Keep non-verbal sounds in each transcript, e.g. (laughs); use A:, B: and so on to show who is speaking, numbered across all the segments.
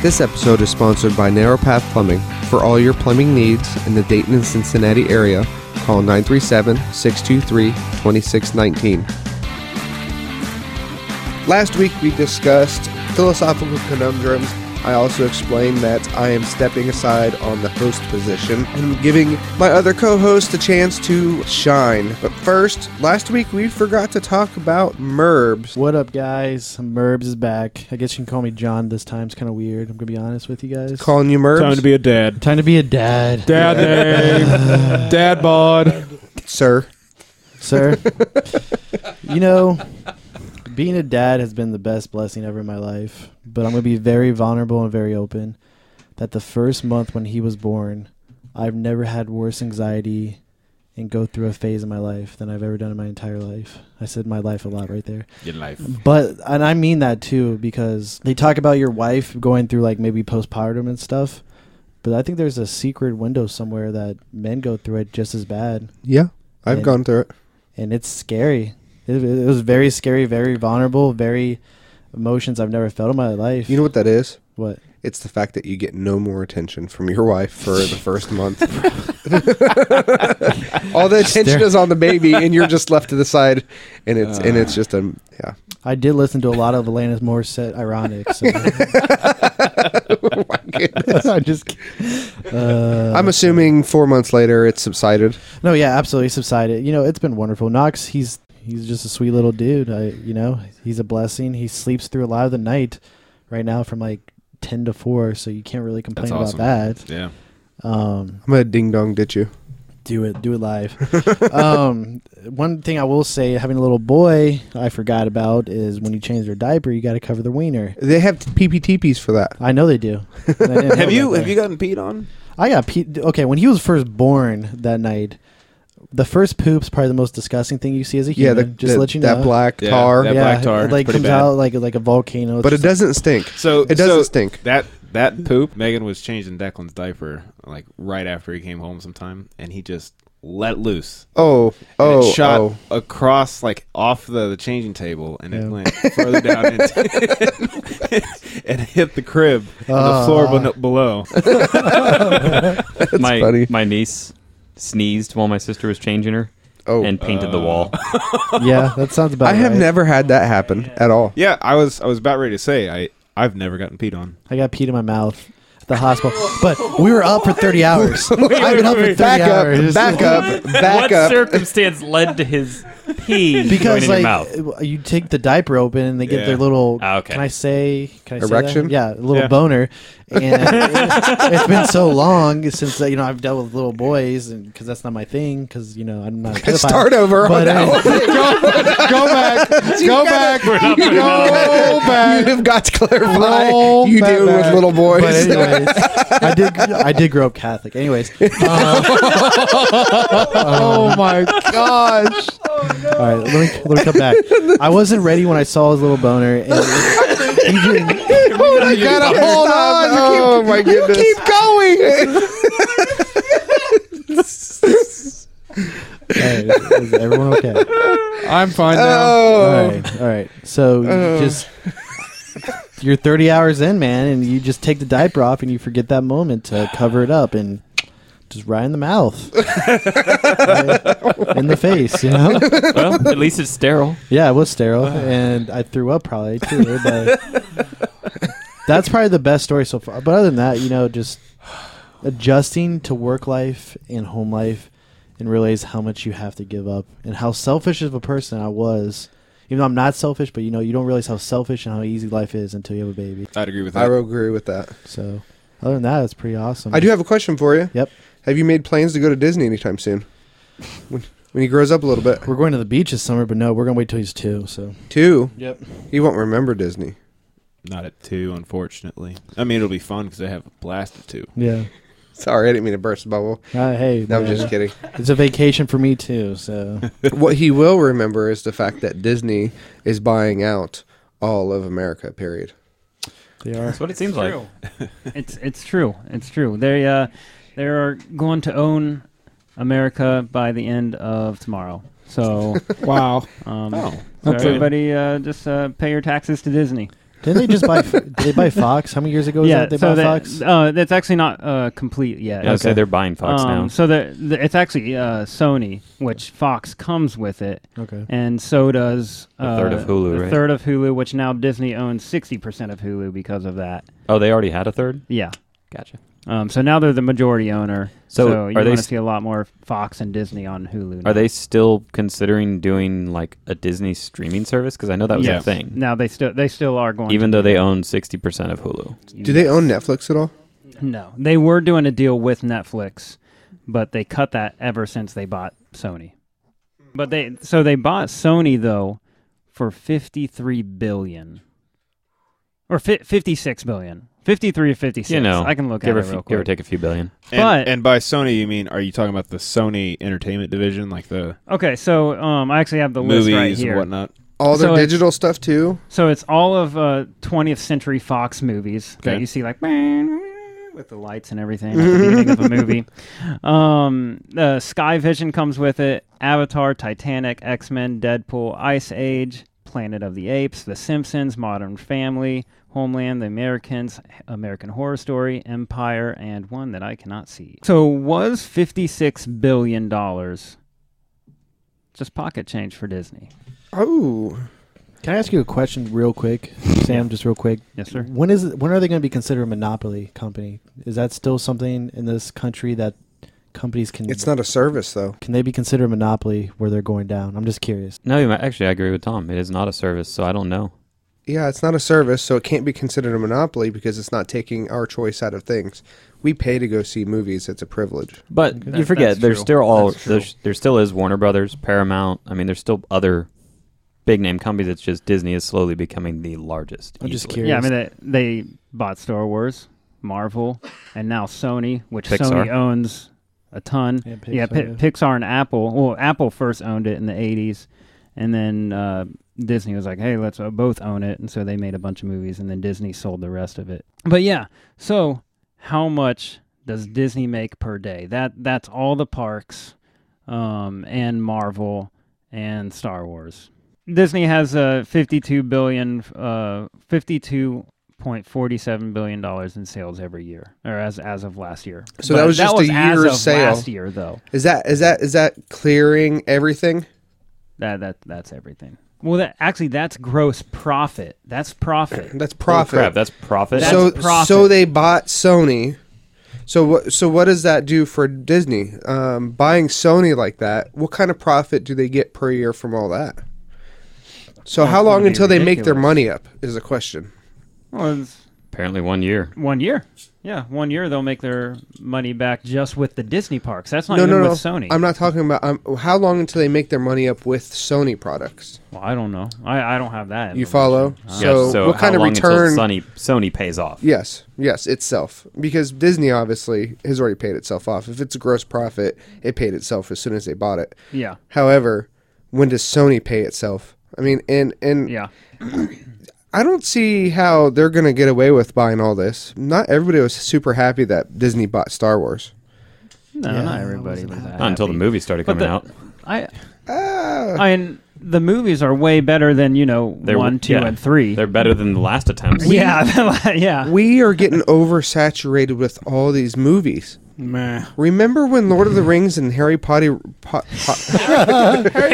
A: This episode is sponsored by Narrow Path Plumbing. For all your plumbing needs in the Dayton and Cincinnati area, call 937 623 2619. Last week we discussed philosophical conundrums. I also explained that I am stepping aside on the host position and giving my other co host a chance to shine. But first, last week we forgot to talk about MERBs.
B: What up, guys? Merbs is back. I guess you can call me John this time. It's kind of weird. I'm gonna be honest with you guys.
A: Calling you MERBs?
C: Time to be a dad.
B: time to be a dad,
A: (laughs)
C: Dad name. dad bod.
A: Sir.
B: sir. (laughs) you know, being a dad has been the best blessing ever in my life. But I'm gonna be very vulnerable and very open. That the first month when he was born, I've never had worse anxiety and go through a phase in my life than I've ever done in my entire life. I said my life a lot right there.
C: Your life.
B: But and I mean that too because they talk about your wife going through like maybe postpartum and stuff. But I think there's a secret window somewhere that men go through it just as bad,
A: Yeah, I've
B: And-
A: gone through it.
B: and it's scary. It, it was very scary, very vulnerable, very emotions I've never felt in my life.
A: You know what that is?
B: what?
A: It's the fact that you get no more attention from your wife for the first month. (laughs) All the attention
B: there.
A: is on the baby, and you're just left to the side, and it's and
B: Uh.
A: it's just a yeah. (laughs)
B: I did listen to a lot of Alanis Morissette, ironic. So
A: Oh
B: (laughs)
A: My goodness. (laughs)
B: I'm just. kid- (laughs) Uh,
A: I'm assuming four months later it subsided.
B: No, yeah, absolutely subsided. You know, it's been wonderful. Knox, he's he's just a sweet little dude. I, you know, he's a blessing. He sleeps through a lot of the night right now from like ten to four, so you can't really complain
C: awesome.
B: about that.
C: Yeah.
B: Um,
A: I'm gonna ding dong ditch you.
B: do it, do it live. (laughs) um, one thing I will say, having a little boy, I forgot about is when you change their diaper, you got to cover the wiener.
A: They have PPTPs for that.
B: I know
D: (laughs)
B: they do. Oh,
D: Have you have you gotten peed on?
B: I got pee. Okay, when he was first born that night, the first poop's probably the most disgusting thing you see as a
A: Yeah,
B: human.
A: the,
B: just
A: the-
B: let you know
A: that black
C: Yeah,
A: tar,
C: that- black tar.
B: It, like
C: It's pretty
B: comes
C: bad.
B: out like like a volcano. It's
A: but it
B: just like-
A: doesn't stink.
C: So
A: It doesn't
C: so
A: stink.
C: That that poop. Megan was changing Declan's diaper like right after he came home sometime, and he just let loose.
A: Oh,
C: And
A: oh,
C: it shot
A: oh.
C: across like off the, the changing table, and
B: Yeah.
C: it went
A: (laughs)
C: further down and, (laughs) and hit the crib, on
B: Ah.
C: the floor ben- below.
E: my
A: funny.
E: my niece sneezed while my sister was changing her
A: Oh.
E: and painted the wall.
B: yeah, that sounds about.
A: I have
B: right.
A: never had that happen at all.
C: Yeah, I was I was about ready to say I I've never gotten peed on.
B: I got peed in my mouth at the hospital, but we were up
A: (laughs)
B: for thirty hours. I've been up for thirty
A: Back up,
B: hours.
A: back up, back
E: what
A: up.
E: circumstance led to his pee
B: (laughs)
E: going
B: because
E: in
B: like
E: your
B: (laughs)
E: mouth?
B: you take the diaper open and they get
C: Yeah.
B: their little
E: Ah, okay.
B: can I say can I say that?
A: Erection?
B: yeah a little
A: (laughs)
C: Yeah.
B: boner and it's- it's been so long since uh, you know I've dealt with little boys and because that's not my thing because you know I'm not a pedophile.
A: Start over.
B: But,
A: oh, no.
B: uh, (laughs)
C: Go back, go back.
E: We're not putting
A: Go back. Oh, You've got to clarify.
B: Roll
A: you deal
B: back.
A: with little boys. (laughs)
B: But anyways, I did. I did grow up Catholic. Anyways,
A: oh my gosh!
B: all right. Let me, let me come back. I wasn't ready when I saw his little boner, and he didn't-
A: I gotta
E: Stop.
A: Oh, hold on. Oh my goodness! keep going.
B: Hey, is everyone okay?
C: (laughs) I'm fine
B: All
A: Oh,
B: right, all right. So
A: Oh.
B: you just you're 30 hours in, man, and you just take the diaper off and you forget that moment to cover it up and just right in
A: (laughs)
B: the mouth, Uh, in the face, you know.
E: well, at least it's sterile.
B: Yeah, it was sterile, and I threw up probably too. But that's probably the best story so far. But other than that, you know, just adjusting to work life and home life, and realize how much you have to give up and how selfish of a person I was. Even though I'm not selfish, but you know, you don't realize how selfish and how easy life is until you have a baby.
C: I'd agree with
A: I
C: that.
A: agree with that.
B: So, other than that, it's pretty awesome.
A: I do have a question for you.
B: Yep.
A: Have you made plans to go to Disney anytime soon? When, when he grows up a little bit,
B: We're going to the beach this summer, but no, we're gonna wait till he's two. So.
A: two,
B: Yep.
A: he won't remember Disney.
C: Not at two, unfortunately. I mean, it'll be fun because I have a blast at two.
B: Yeah.
A: Sorry, I didn't mean to burst the bubble.
B: Uh, hey,
A: No, I'm
B: man,
A: just kidding.
B: it's a vacation for me too.
A: (laughs)
B: So.
A: what he will remember is the fact that Disney is buying out all of America. Period.
B: They are.
E: That's what it seems like.
F: it's it's true. It's true. They uh, they are going to own America by the end of tomorrow. So
C: Wow.
B: (laughs)
F: um,
C: Oh,
F: so
C: okay.
F: everybody uh, just uh, pay your taxes to Disney.
B: Didn't they (laughs) just buy? F- did they buy Fox? How many years ago was
F: yeah,
B: that they
F: so
B: bought
F: that,
B: Fox?
F: Uh, that's actually not uh, complete yet.
E: I would say they're buying Fox
F: Um,
E: now.
F: So the, the, it's actually uh, Sony, which Fox comes with it,
B: okay.
F: and so does uh,
E: A third of Hulu,
F: A
E: right?
F: third of Hulu, which now Disney owns sixty percent of Hulu because of that.
E: Oh, they already had a third.
F: Yeah.
E: Gotcha.
F: Um, so now they're the majority owner.
E: So
F: So,
E: are
F: you
E: they
F: want to
E: s-
F: see a lot more Fox and Disney on Hulu.
E: Are they still considering doing like a Disney streaming service? Because I know that was
F: Yeah.
E: a thing.
F: Now they still they still are going.
E: Even though they own sixty percent of Hulu.
A: Do they own Netflix at all?
F: No, they were doing a deal with Netflix, but they cut that ever since they bought Sony. But they so they bought Sony though for 53 billion or fi- 56 billion. 53 or 56.
E: You know,
F: I can look
E: give
F: at
E: or
F: it
E: f-
F: real
E: give or
F: quick.
E: take a few billion.
C: And,
F: But-
C: and by Sony, you mean are you talking about the Sony Entertainment Division, like the
F: Okay, so um I actually have the list
C: movies
F: right
C: and
F: here.
C: whatnot?
A: All their
F: So it's-
A: digital stuff too.
F: So it's all of uh, 20th Century Fox movies that
C: Okay.
F: you see like with the lights and everything (laughs) at the beginning of a movie. Um, uh, Sky Vision comes with it. Avatar, Titanic, X Men, Deadpool, Ice Age, Planet of the Apes, The Simpsons, Modern Family, Homeland, The Americans, American Horror Story, Empire, and one that I cannot see. So was 56 billion dollars just pocket change for Disney?
A: Oh,
B: Can I ask you a question real quick, Sam? Just real quick.
F: Yes, sir.
B: When is it- when are they going to be considered a monopoly company? Is that still something in this country that companies can?
A: it's not a service though.
B: Can they be considered a monopoly where they're going down? I'm just curious.
E: No, you might, actually, I agree with Tom. It is not a service, so I don't know.
A: Yeah, it's not a service, so it can't be considered a monopoly because it's not taking our choice out of things. We pay to go see movies; it's a privilege.
E: But
F: Okay.
E: you
F: That-
E: forget
F: that's
E: there's
F: true.
E: still all
F: That's true.
E: there's, there still is Warner Brothers, Paramount. I mean, there's still other big name companies. It's just Disney is slowly becoming the largest.
B: I'm just
E: easily.
B: curious.
F: Yeah, I mean they, they bought Star Wars, Marvel, and now Sony, which
E: Pixar.
F: Sony owns a ton.
B: Yeah,
F: yeah, Pi
B: Pixar, yeah.
F: Pixar and Apple. Well, Apple first owned it in the '80s, and then uh, Disney was like, "Hey, let's uh, both own it," and so they made a bunch of movies, and then Disney sold the rest of it. But yeah, so how much does Disney make per day? That that's all the parks, um, and Marvel and Star Wars. Disney has uh, 52 billion, uh, 52.47 billion dollars in sales every year, or as as of last year.
A: So that was just a
F: as
A: year's
F: of
A: sale.
F: Last year, though,
A: Is that is that is that clearing everything?
F: that that that's everything. Well, that actually that's gross profit.
A: (clears throat)
F: That's profit.
A: That's
E: Holy
A: profit.
E: crap, that's profit.
F: That's
A: so
F: profit.
A: so they bought Sony. So what so what does that do for Disney? Um, buying Sony like that, what kind of profit do they get per year from all that? So how
F: That's gonna
A: long
F: be
A: until they make their
F: ridiculous.
A: money up is a question.
F: Well, it's
E: apparently one year.
F: one year. Yeah, one year they'll make their money back just with the Disney parks. That's not
A: No,
F: even
A: no,
F: with
A: no.
F: Sony.
A: I'm not talking about. Um, how long until they make their money up with Sony products?
F: well, I don't know. I, I don't have that.
A: You
F: information.
A: follow?
E: yeah, so
A: what
E: how
A: kind of
E: long
A: return?
E: until Sony Sony pays off?
A: Yes, yes, itself. Because Disney obviously has already paid itself off. If it's a gross profit, it paid itself as soon as they bought it.
F: Yeah,
A: However, when does Sony pay itself? I mean, and and
F: yeah.
A: I don't see how they're going to get away with buying all this. Not everybody was super happy that Disney bought Star Wars.
F: No,
B: Yeah,
F: not
B: I
F: everybody. Was
E: Not until the
F: happy.
E: movie started
F: But
E: coming
F: the-
E: out.
F: I,
A: Ah,
F: I mean, the movies are way better than you know
E: They're-
F: one, two,
E: yeah.
F: and three.
E: They're better than the last attempts.
F: (laughs) yeah, (laughs) yeah.
A: we are getting oversaturated with all these movies.
C: Meh.
A: Remember when Lord of the Rings and Harry Potter? Po- po- (laughs)
E: Harry Potter.
F: (laughs)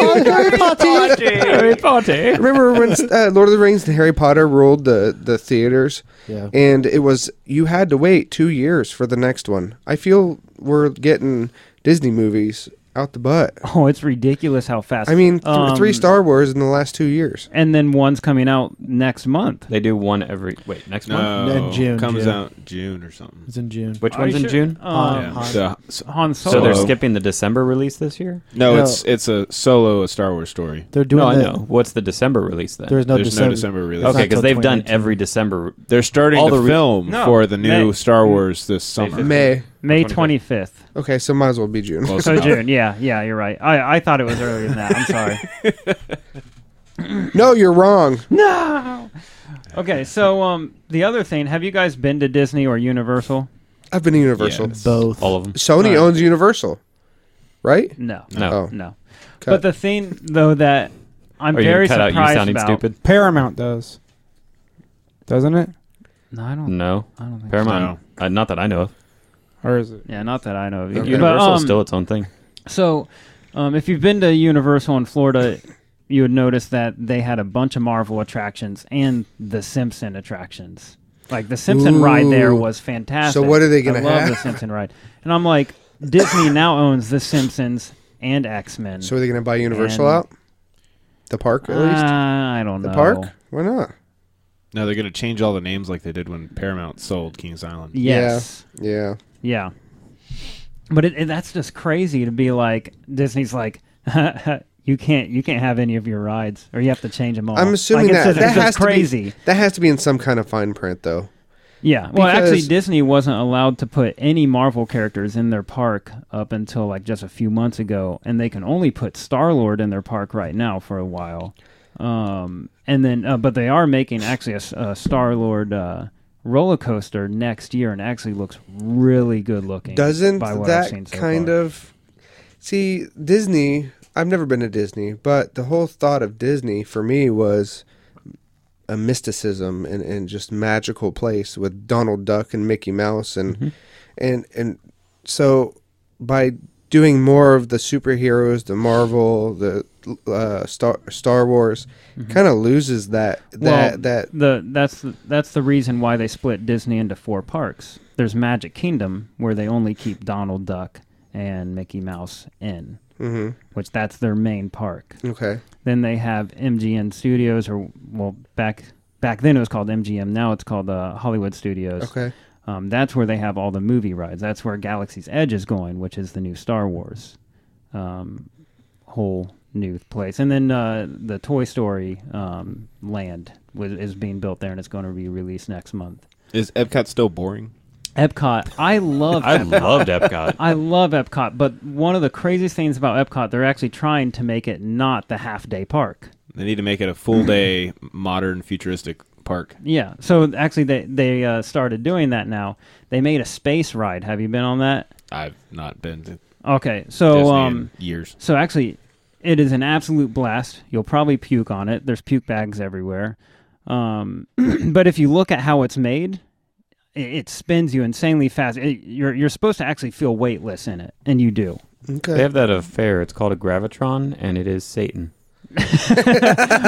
A: Harry Potter.
E: Harry Potter.
A: Remember when uh, Lord of the Rings and Harry Potter ruled the the theaters?
B: Yeah.
A: and it was you had to wait two years for the next one. I feel we're getting Disney movies out the butt.
F: Oh, it's ridiculous how fast.
A: I mean, th-
F: Um,
A: three Star Wars in the last two years.
F: and then one's coming out next month.
E: They do one every wait next month.
C: No,
B: In June,
C: comes
B: June.
C: out June or something.
B: It's in June.
E: Which
F: Are
E: one's
F: you
E: in
F: sure?
E: June?
F: Um,
B: Han.
C: So, so-
F: Han Oh,
E: So
F: Solo.
E: they're
C: Solo.
E: skipping the December release this year.
C: no,
B: No.
C: it's it's a solo a Star Wars story.
B: They're doing.
E: no, I
B: the-
E: know. What's the December release then?
B: There's no
C: There's
B: December.
C: no December release.
B: It's
E: okay,
B: not till
E: because they've done
B: 2019.
E: every December.
C: They're starting
E: All
C: the,
E: the re-
C: film
F: No,
C: for the new
F: May.
C: Star Wars this summer.
A: May.
F: May
E: 25th.
F: twenty fifth.
A: Okay, so might as well be June.
C: Close
F: So
C: enough.
F: June. Yeah, yeah. You're right. I, I thought it was earlier than that. I'm sorry.
A: no, you're wrong.
F: no. (laughs) Okay, so um, the other thing. Have you guys been to Disney or Universal?
A: I've been Universal.
C: Yes.
B: Both.
E: All of them.
A: Sony
F: Right.
A: owns Universal, right?
F: No.
E: No.
A: Oh,
F: No.
A: okay.
F: But the thing though that I'm
E: Are you
F: very
E: gonna cut out
F: surprised
E: you sounding
F: about.
E: stupid?
D: Paramount does. doesn't it?
F: No, I don't.
E: No,
F: I don't think.
E: Paramount. Uh, not that I know of.
D: Or is it?
F: So. Yeah, not that I know of. either.
A: Okay.
E: Universal's
F: But, um,
E: still its own thing.
F: So, um, if you've been to Universal in Florida, you would notice that they had a bunch of Marvel attractions and the Simpson attractions. Like the Simpson ride there
A: Ooh.
F: was fantastic.
A: So what are they gonna
F: I love
A: have?
F: the Simpson ride, and I'm like, Disney now owns the Simpsons and X Men.
A: So are they going to buy Universal
F: And-
A: out? The park, at
F: Uh,
A: least?
F: I don't
A: The
F: know.
A: park? Why not?
C: No, they're gonna change all the names like they did when Paramount sold Kings Island.
F: Yes.
A: Yeah.
F: Yeah. But it, it- that's just crazy to be like Disney's like (laughs) you can't you can't have any of your rides or you have to change them all.
A: I'm assuming
F: like,
A: that
F: it's just,
A: that
F: it's just
A: has
F: crazy.
A: to be that has to be in some kind of fine print though.
F: Yeah. Well, actually,
A: Because-
F: Disney wasn't allowed to put any Marvel characters in their park up until like just a few months ago, and they can only put Star Lord in their park right now for a while. Um, and then, uh, but they are making actually a, Star Lord uh, roller coaster next year, and it actually looks really good looking.
A: Doesn't
F: by what I've
A: that
F: seen so
A: kind
F: far.
A: of see Disney? I've never been to Disney, but the whole thought of Disney for me was a mysticism and, and just magical place with Donald Duck and Mickey Mouse and
F: Mm-hmm.
A: and and so by doing more of the superheroes, the Marvel, the uh, Star Star Wars, kind of loses that that
F: Mm-hmm. Well,
A: that
F: the that's the, that's the reason why they split Disney into four parks. There's Magic Kingdom where they only keep Donald Duck and Mickey Mouse in,
A: mhm.
F: which that's their main park.
A: okay
F: Then they have MGM Studios, or well, back back then it was called MGM. Now it's called uh, Hollywood Studios.
A: okay
F: Um, that's where they have all the movie rides. That's where Galaxy's Edge is going, which is the new Star Wars um, whole new place. And then uh, the Toy Story um, land was, is being built there, and it's going to be released next month.
C: Is Epcot still boring?
F: Epcot, (laughs) I
E: (laughs)
F: love.
E: I
F: Epcot.
E: loved Epcot.
F: I love Epcot, but one of the craziest things about Epcot, they're actually trying to make it not the half day park.
C: They need to make it
B: (clears throat)
C: a full day modern futuristic park.
F: Yeah. So actually, they they uh, started doing that now. They made a space ride. Have you been on that?
C: I've not been to
F: Okay. So
C: Disney
F: um,
C: in years.
F: so actually, it is an absolute blast. You'll probably puke on it. There's puke bags everywhere. Um, (clears throat) but if you look at how it's made, it, it spins you insanely fast. It, you're you're supposed to actually feel weightless in it, and you do.
A: okay.
E: They have that affair. It's called a gravitron, and it is Satan.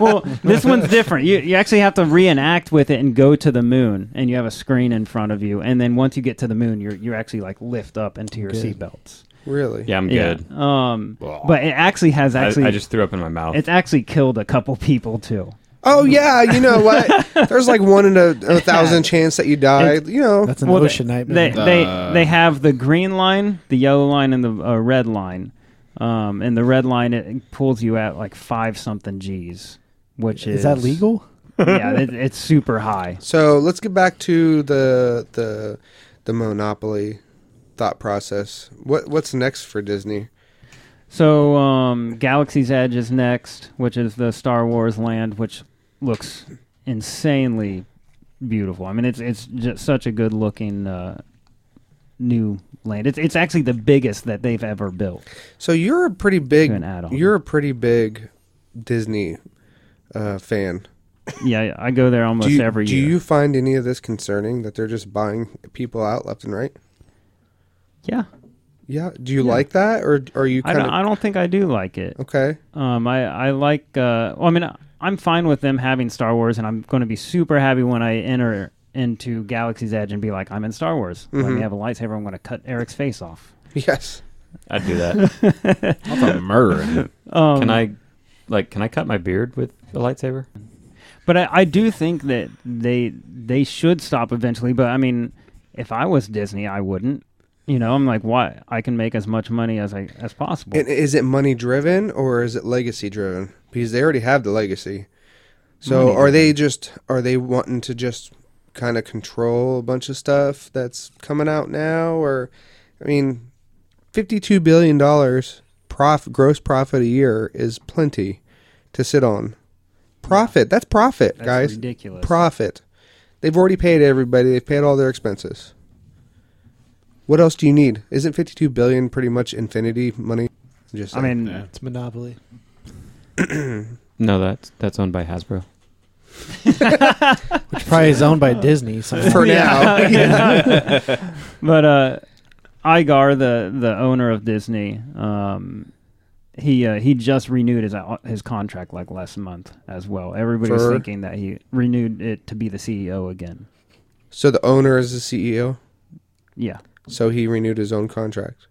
F: well, this one's different. You, you actually have to reenact with it and go to the moon, and you have a screen in front of you. And then once you get to the moon, you're you actually like lift up into your
B: Good.
F: seatbelts.
A: really
E: Yeah, I'm good.
F: Yeah. Um, but it actually has
E: I-
F: actually
E: I, just threw up in my mouth.
F: it's actually killed a couple people too.
A: Oh yeah, you know what?
F: (laughs)
A: There's like one in a, a thousand chance that you die. You know,
B: That's an
F: Well,
B: ocean
F: They
B: nightmare.
E: Uh.
F: they they have the green line, the yellow line, and the uh, red line. Um, and the red line it pulls you at like five something G's, which is
B: is that legal?
F: Yeah, it, it's super high.
A: so let's get back to the the the monopoly thought process. What what's next for Disney?
F: So, um, Galaxy's Edge is next, which is the Star Wars land, which looks insanely beautiful. I mean, it's it's just such a good looking uh, new land. It's it's actually the biggest that they've ever built.
A: So you're a pretty big
F: Do an add-on.
A: you're a pretty big Disney uh, fan.
F: Yeah, I go there almost
A: Do you,
F: every
A: do
F: year.
A: you find any of this concerning that they're just buying people out left and right?
F: Yeah,
A: Yeah. Do you like that, or are you
F: I
A: kind
F: don't,
A: of
F: I don't think I do like it.
A: okay? (laughs)
F: Um, I I like. Uh, well, I mean, I'm fine with them having Star Wars, and I'm going to be super happy when I enter into Galaxy's Edge and be like, I'm in Star Wars. Let
A: Mm-hmm.
F: me have a lightsaber. I'm going to cut Eric's face off.
A: Yes.
E: I'd do that.
C: That's a murder.
F: (laughs) Um,
E: can I, like, can I cut my beard with a lightsaber?
F: But I, I do think that they they should stop eventually. But I mean, if I was Disney, I wouldn't. You know, I'm like, why? I can make as much money as I as possible.
A: And is it money driven or is it legacy driven? Because they already have the legacy. So
F: Money
A: are they just are they wanting to just kind of control a bunch of stuff that's coming out now or I mean 52 billion dollars prof gross profit a year is plenty to sit on. Profit, that's profit,
F: That's
A: guys.
F: ridiculous.
A: Profit. They've already paid everybody. They've paid all their expenses. What else do you need? Isn't 52 billion pretty much infinity money? Just
F: I
A: saying.
F: mean,
C: Yeah.
B: It's monopoly.
E: No, that's that's owned by Hasbro.
B: Which probably is owned by Disney. So
A: (laughs) For now.
F: (laughs)
A: (laughs)
F: but uh, Igar, the the owner of Disney, um, he uh, he just renewed his uh, his contract like last month as well. Everybody was
A: For-
F: thinking that he renewed it to be the CEO again.
A: So the owner is the CEO.
F: Yeah,
A: So he renewed his own contract.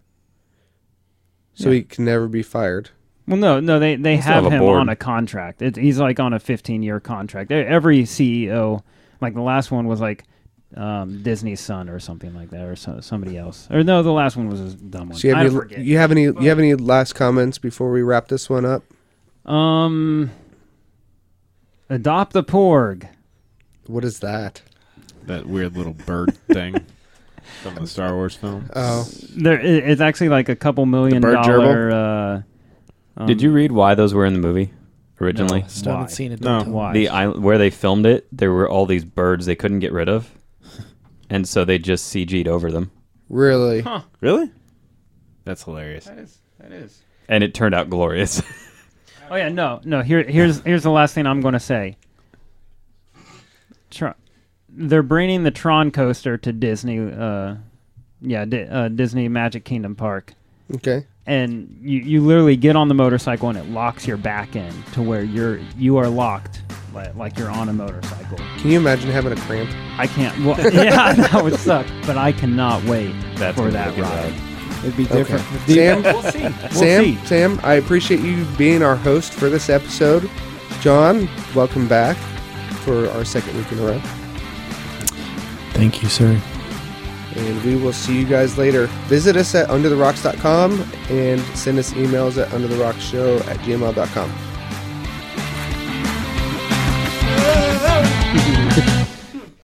A: So he can never be fired.
F: Well, no, no, they they
E: still
F: have,
E: have a
F: him
E: board.
F: on a contract. It, he's like on a 15 year contract. E- Every CEO, like the last one was like um, Disney's son or something like that, or so, somebody else. Or no, the last one was a dumb one.
A: So you
F: I
A: have
F: forget.
A: any, you have any you have any last comments before we wrap this one up?
F: um, adopt a porg.
A: What is that?
C: That weird little bird thing from the Star Wars film.
A: Oh,
F: There, it, it's actually like a couple million
C: bird
F: dollar. Uh, um,
E: Did you read why those were in the movie originally?
F: No.
B: Still
F: Why?
B: haven't seen it.
C: No.
B: Don't tell me.
F: Why?
E: The island where they filmed it, there were all these birds they couldn't get rid of, and so they just CG'd over them,
A: really?
C: Really? That's hilarious.
F: is. That is.
E: and it turned out glorious.
F: Oh yeah, no, no. Here, here's here's the last thing I'm going to say. Tr- they're bringing the Tron coaster to Disney. Uh, yeah, Di- uh, Disney Magic Kingdom Park,
A: Okay.
F: and you you literally get on the motorcycle and it locks your back in to where you're you are locked like, like you're on a motorcycle.
A: Can you imagine having a cramp?
F: I can't. Well, (laughs) yeah, that would suck, but I cannot wait
E: That's gonna
F: for that
E: look
F: ride.
B: It'd be different.
A: Sam,
F: We'll see. We'll
A: Sam,
F: see.
A: Sam, I appreciate you being our host for this episode. John, welcome back for our second week in a row.
B: Thank you, sir.
A: And we will see you guys later. Visit us at undertherocks.com and send us emails at undertherockshow at gmail.com.